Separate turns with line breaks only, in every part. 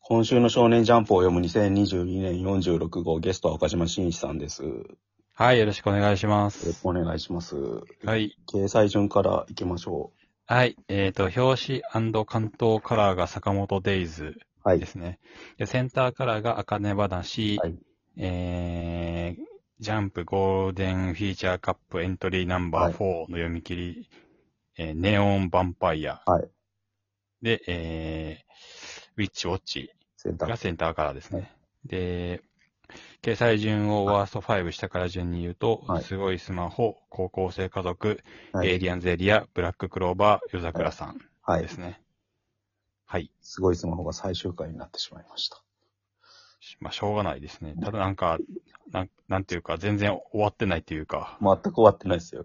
今週の少年ジャンプを読む2022年46号ゲストは岡島真一さんです。よ
はい、よろしくお願いしま
ろし
す
く。お願いします。
はい。
掲載順から行きましょ
はい。えっ、と、表紙関東カラーが坂本デイズ
う。はい
で。すね。でセンターカラーが茜話、
はい
えー、ジャンプゴールデンフィーチャーカップエントリーナン
は
バ
い
ー4の読み切り、えーネオンヴァンパイア。
はい
で、えー、ウィッチウォッチ
センタ
が
ー。
センターカラーですね。で、掲載順をワースト5下から順に言うと、
はい
すごいスマホ、高校生家族、
はい
エイリアンズエリア、ブラッククローバー、夜桜さん
は
で
い。
すね。はい。
すごいスマホが最終回になってしまいました。
まあ、しょうがないですね。ただなんか、なんなんていうか、全然終わってないというか、
全く終わってないですよ。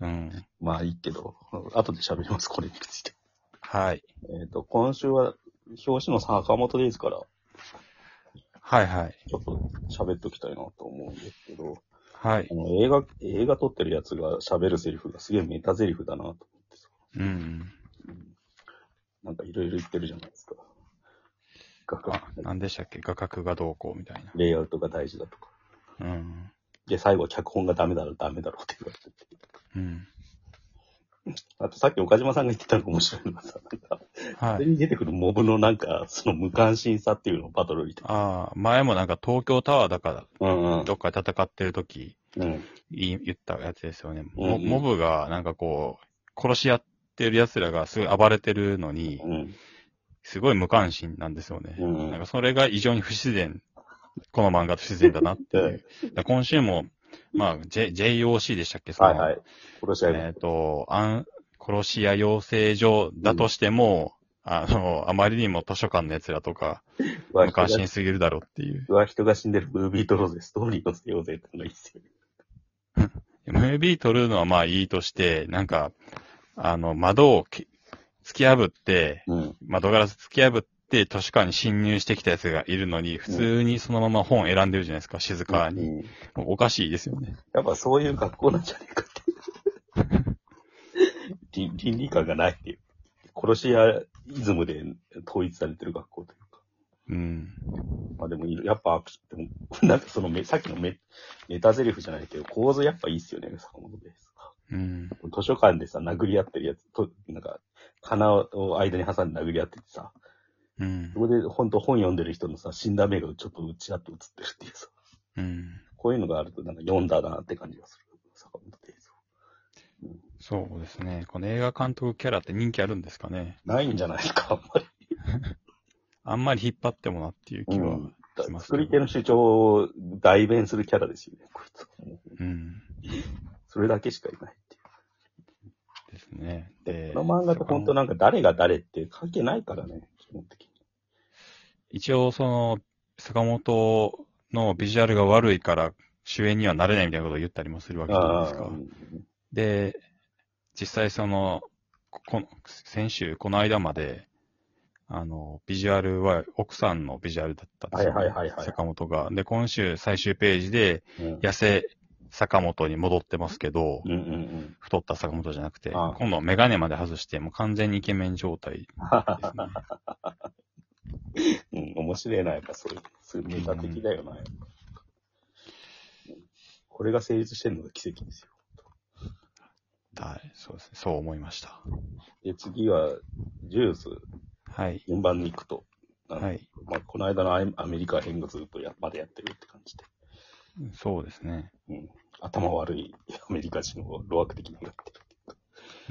うん。
まあいいけど、後で喋ります、これについて。
はい。
えっ、と、今週は表紙の坂本デイズから
はいはい。
ちょっと喋っときたいなと思うんですけど、
はい
あ。の映画、映画撮ってるやつが喋るセリフがすげえメタセリフだなと。
うん。
なんかいろいろ言ってるじゃないですか。画角
あ、何でしたっけ画角がどうこうみたいな。
レイアウトが大事だとか。
うん。
で、最後は脚本がダメだろ、ダメだろって言われてて。
うん。
あとさっき岡島さんが言ってたのが面白いのがさ、なんか、
は
そ
い
れ。に出てくるモブのなんか、その無関心さっていうのをバトルみたい
ああ、前もなんか東京タワーだから、
な。うんうん。
どっかで戦ってる時
うん。
言い言ったやつですよね。
うんう
モ
ん
モブがなんかこう、殺し合ってる奴らがすごい暴れてるのに、
うん。
すごい無関心なんですよね。
うん
なんかそれが異常に不自然。この漫画不自然だなっていう。だから今週も、まあ、J、JOC でしたっけその
はいはい。殺し合い
えっ、と、あん、殺し屋養成所だとしても、あの、あまりにも図書館の奴らとか、
は
無
人が
関心すぎるだろうっていう。
うわ人が死んでるムービー撮ろうぜ、ストーリー載せようぜってのがいいっすよね。
ムービー撮るのはまあいいとして、なんか、あの、窓をき突き破って、
うん。
窓ガラス突き破って図書館に侵入してきたやつがいるのに、普通にそのまま本選んでるじゃないですか、静かに。
うん
もうおかしいですよね。
やっぱそういう学校なんじゃねえかっていう。倫倫理観がないっていう。殺し屋イズムで統一されてる学校というか。
うん。
まあでもいる、やっぱ、でも、なんかそのめ、さっきのメメタゼリフじゃないけど、構図やっぱいいっすよね、坂本です。
うん。
図書館でさ、殴り合ってるやつ、と、なんか、鼻を間に挟んで殴り合っててさ、
うん
そ。こで本当本読んでる人のさ、死んだ目がちょっとうちらっと映ってるっていうさ、
うん。
こういうのがあるとなんか読んだなって感じがする。坂本です。
そうですね。この映画監督キャラって人気あるんですかね。
ないんじゃないですか、あんまり。
あんまり引っ張ってもなっていう気は。
うんだ
します
作り手の主張を代弁するキャラですよね、こいつ。もう
うん。
それだけしかいないっていう。
ですね。で、
この漫画って本当なんか誰が誰って関係ないからね、基本的に。
一応、その、坂本のビジュアルが悪いから、主演にはなれないみたいなことを言ったりもするわけじゃないです
あ
か
ー。うん
で、実際その、ここの先週、この間まで、あの、ビジュアルは奥さんのビジュアルだったんですよ、ね。
はいはいはいはい
坂本が。で、今週最終ページで、
うん
痩せ坂本に戻ってますけど、
うんうんうん。
太った坂本じゃなくて、
ああ
今度はメガネまで外して、もう完全にイケメン状態です ね。
うん、面白いな、やっぱそういう、そういうメタ的だよな、やっぱこれが成立してるのが奇跡ですよ。
はい、そうですね。そう思いました。
で、次は、ジュース、
はい。
順番に行くと。あの
はい。
まあ、この間のアイアメリカ編がずっとや、までやってるって感じで。
そうですね。
うん。頭悪いアメリカ人を路悪的にやって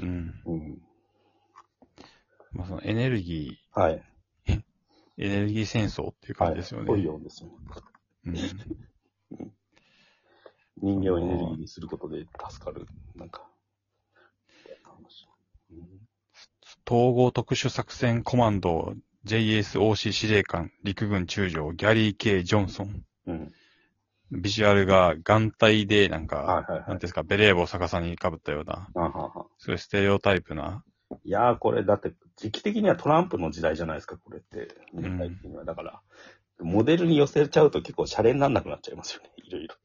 る。
うん。
うん。
まあ、そのエネルギ
はい。
ー、エネルギー戦争っていう感じですよね。
はい、そうですよね。
うん
人間をエネルギーにすることで助かる、なんか。
統合特殊作戦コマンド JSOC 司令官陸軍中将ギャリー・ K ・ジョンソン。
うん。
ビジュアルが眼帯で、なんか、
はいはい
な
は
ん
い。
ていうんですか、ベレー帽を逆さに被ったような、
あはは
すごいステレオタイプな。
いやー、これだって、時期的にはトランプの時代じゃないですか、これって。年代的には。だから、モデルに寄せちゃうと結構シャレになんなくなっちゃいますよね、 いろいろと。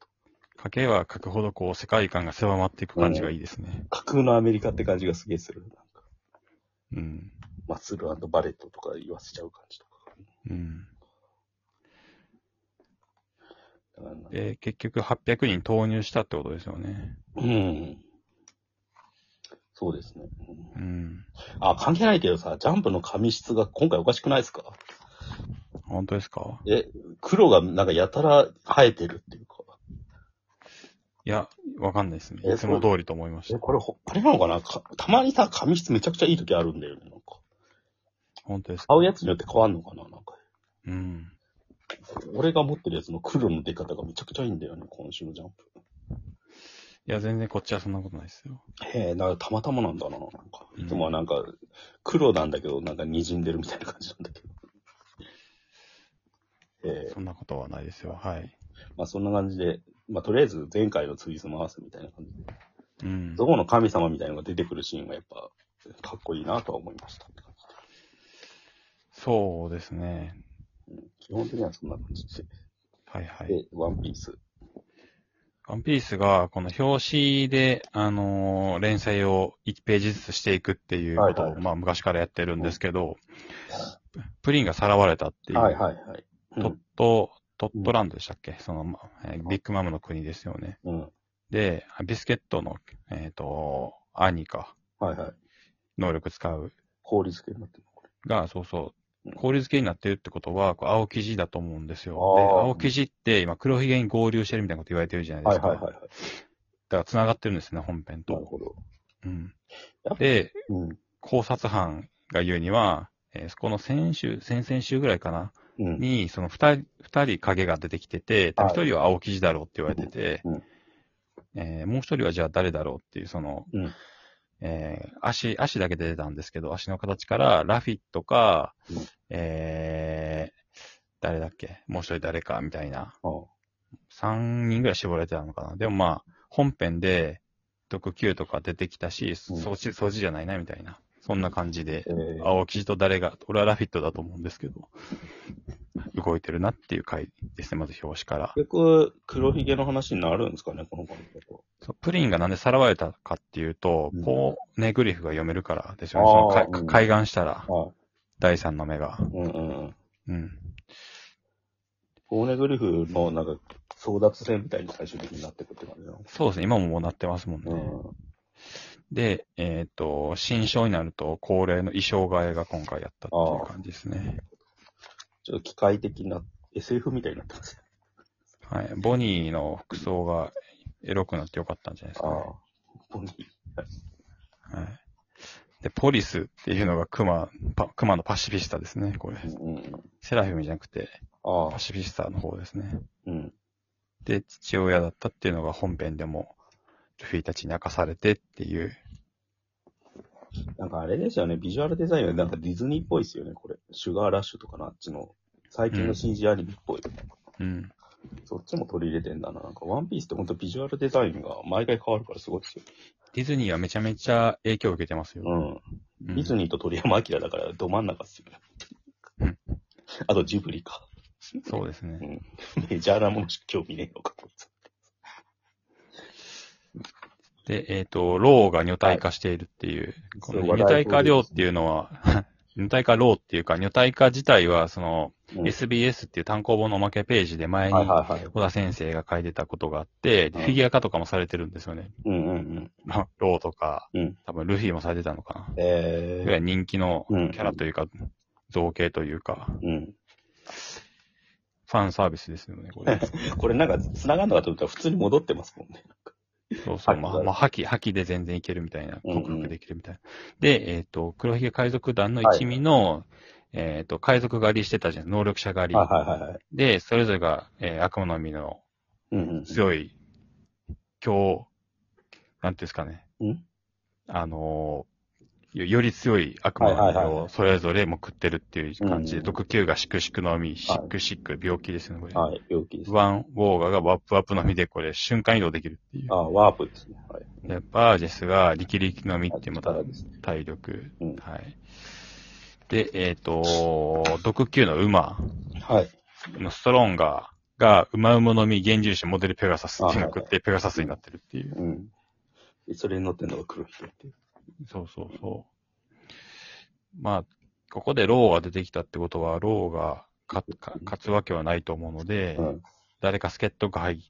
かけは書くほどこう世界観が狭まっていく感じがいいですね。
架空のアメリカって感じがすげえする。なんか、
うん。
マッスルバレットとか言わせちゃう感じとか。
ううん。
だからな
で、結局800人投入したってことですよね。
うん。そうですね。うん
うん。
あ、関係ないけどさ、ジャンプの紙質が今回おかしくないですか
本当ですか
黒がなんかやたら生えてるっていうか。
いや、わかんないですね。
え
いつも通りと思いまし
え、
た。
これほ、あれなのかなかたまにさ、紙質めちゃくちゃいい時あるんだよね。なんか。
本当ですか
買うやつによって変わんのかななんか。
うん。
俺が持ってるやつの黒の出方がめちゃくちゃいいんだよね、今週のジャンプ。
いや、全然こっちはそんなことないですよ。
へえ、なんかたまたまなんだな、なんか。
うん
いつもはなんか、黒なんだけど、なんか滲んでるみたいな感じなんだけど。ええ
そんなことはないですよ。はい。
まあそんな感じで、まあとりあえず前回のツイス回すみたいな感じで、
うん。
ゾウの神様みたいなのが出てくるシーンはやっぱ、かっこいいなとは思いました。
そうですね。
基本的にはそんな感じで。
はいはい。
で、ワンピース。
ワンピースが、この表紙で、あのー連載を1ページずつしていくっていうことを、
はいはい
まあ昔からやってるんですけど、プリンがさらわれたっていう、
はいはいはい。う
トッ
ん
ト、トットランドでしたっけ、その、まあえービッグマムの国ですよね。
うん。
で、ビスケットの、えっ、と、兄か、
はいはい。
能力使う
法律系になってるのこれ。
が、そうそう
うん、
氷漬けになってるってことは、こう青生地だと思うんですよ。で、
あー
青生地って今黒ひげに合流してるみたいなこと言われてるじゃないで
は
す
い
か。
はいはい。はい
だから繋がってるんですね、本編
なる
と。
ほど。
うん。で、
うん。
考察班が言うには、えーそこの先週、先々週ぐらいかな、
うん。
に、その二人、二人影が出てきてて、
はい
一人は青生地だろうって言われてて、
うん
えーもう一人はじゃあ誰だろうっていう、その、
うん
えー足、足だけ出てたんですけど、足の形から、ラフィットか、
うん
えー誰だっけもう一人誰かみたいな、
ああ
三人ぐらい絞られてたのかな。でもまあ、本編で、毒球とか出てきたし、
うん
掃除、掃除じゃないな、みたいな。そんな感じで
え、ー
青生地と誰が、俺はラフィットだと思うんですけど、動いてるなっていう回ですね、まず表紙から。
結局、黒ひげの話になるんですかね、この感じだと。
そうプリンがなんでさらわれたかっていうと、
うん
ポーネグリフが読めるからですよ
あ
ね。
ー
そのか
うん
海岸したら、
は
第三の目が。
い。うんうんうん。
うん。
コーネグリフのなんか争奪戦みたいに最終的になってくって感じなの。
そうですね、今ももうなってますもんね。
うん。
で、えっ、と、新章になると恒例の衣装替えが今回やったっていう感じですね。
ちょっと機械的な、SF みたいになってますよ。
はい。ボニーの服装がエロくなってよかったんじゃないですか、ね。
ああ。ボニー。
はい。で、ポリスっていうのがクマ、パクマのパシフィスタですね、これ。
うんうんうん。
セラフィムじゃなくて、
あ
パ
あ。
シフィスタの方ですね。
うん。
で、父親だったっていうのが本編でも、ルフィたちに明かされてっていう。
なんかあれですよね、ビジュアルデザインはなんかディズニーっぽいですよね、これ。シュガーラッシュとかのあっちの、最近の CG アニメっぽい。
うん。
そっちも取り入れてんだな。なんか、ワンピースってほんとビジュアルデザインが毎回変わるからすごいですよ。
ディズニーはめちゃめちゃ影響を受けてますよ。
うん。
う
デ
ん
ィズニーと鳥山明だからど真ん中っすよね。
うん
あとジブリか。
そうですね。
メジャーなものしか興味ねえのか、こいつ。
で、えっ、と、ローが女体化しているっていう、この
そう話題
女体化量っていうのは、 女体化ローっていうか、女体化自体は、その、
うん
SBS っていう単行本のおまけページで前に、
はい
小
はいはい。
田先生が書いてたことがあって、で
うん
フィギュア化とかもされてるんですよね。
うんうんうん。
まあローとか
うん、
多分ルフィもされてたのかな。いわゆ
え
る人気のキ
うん
ャラというか、造形というか、
ー。うん。
ファンサービスですよね、こ れ。
これなんか、繋がんのかと思ったら普通に戻ってますもんね。
そうそう、ま
は
あ、
い
まあ、覇気、覇気で全然いけるみたいな、
うんうん
克服できるみたいな。で、えっ、と、黒ひげ海賊団の一味の、えっ、と、海賊狩りしてたじゃん、能力者狩り。
はいはいはいはい。
で、それぞれが、えー悪魔の実の
うんうん。
強い、強、なんていうんですかね。
うん
あのーよより強い悪魔の
はい
実
はいは
をそれぞれも食ってるっていう感じ
う
で、
んうん
毒球がシクシクの実、シ
はい
クシク、病気ですね、これ。
はい、病気です。
ワン、ウォーガーがワップワップの実で、これ瞬間移動できるっていう
あ。あ、ワープですね。はい。
で、バージェスが力力の実ってまた
力ですね。
体力。
うん
はい。で、えっ、と、毒球の馬
はい。
のストロンガーが、馬馬の実幻獣種モデルペガサスっていうのを食
あは
って、ペガサスになってるっていう。
うん。でそれに乗ってんのが黒ひげっていう。
そうそうそう。まあ、ここでローが出てきたってことは、ローがかか勝つわけはないと思うので、
うん
誰か助っ人が入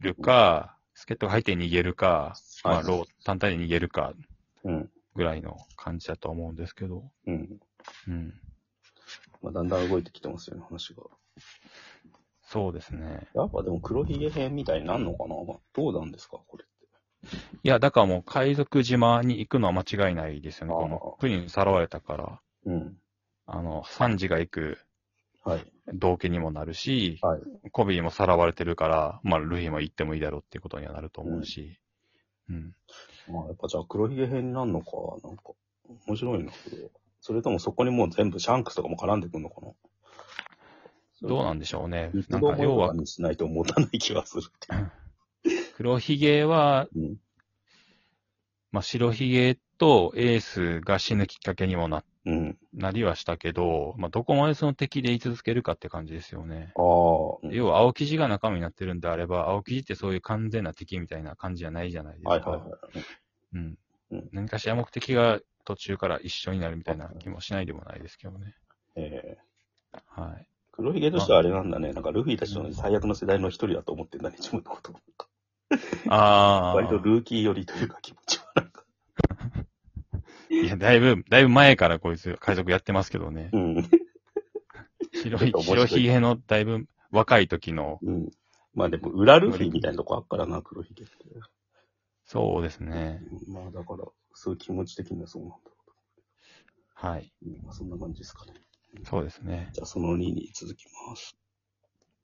るか、助っ人が入って逃げるか、ま
は
あ、
い
ロー、単体で逃げるか
うん。
ぐらいの感じだと思うんですけど、
うん。
うん。
まあ、だんだん動いてきてますよね、話が。
そうですね。
やっぱでも黒ひげ編みたいになんのかな、まあ、どうなんですか、これって。
いや、だからもう海賊島に行くのは間違いないですよね。
あー
このプリンにさらわれたから、
うん。
あの、サンジが行く
はい。
動機にもなるし、
はい。
コビーもさらわれてるから、まあ、ルイも行ってもいいだろうっていうことにはなると思うし、うん。
まあ、やっぱじゃあ黒ひげ編になんのか、なんか、面白いな、これ。それともそこにもう全部シャンクスとかも絡んでくるのかな
どうなんでしょうね。
一
なん
度
か、
も
要
要
は
は、にしないと持たない気がするっていう。
黒ひげは、
うん
まあ、白ひげとエースが死ぬきっかけにもな、
うん。
なりはしたけど、まあ、どこまでその敵で居続けるかって感じですよね。
ああ、うん
要は、青生地が中身になってるんであれば、青生地ってそういう完全な敵みたいな感じじゃないじゃないですか。
はいはいはい。
うん
うん。
何かしら目的が途中から一緒になるみたいな気もしないでもないですけどね。
ええ
はい。
黒ひげとしてはあれなんだね。なんかルフィたちの最悪の世代の一人だと思ってんだね、自分のこと。
ああ。
割とルーキー寄りというか気持ちはなんか。
いや、だいぶ、だいぶ前からこいつ、海賊やってますけ どね。
うん。
白
ちょっ
ひ
と面白
白
い
ひげのだいぶ若い時の、
うん。まあでも、裏ルフィみたいなとこあっからな、黒ひげって。
そうですね。
うんまあだから、そういう気持ち的にはそうなんだろ
はい。
う。うんまあそんな感じですかね。
そうですね。
じゃあその2に続きます。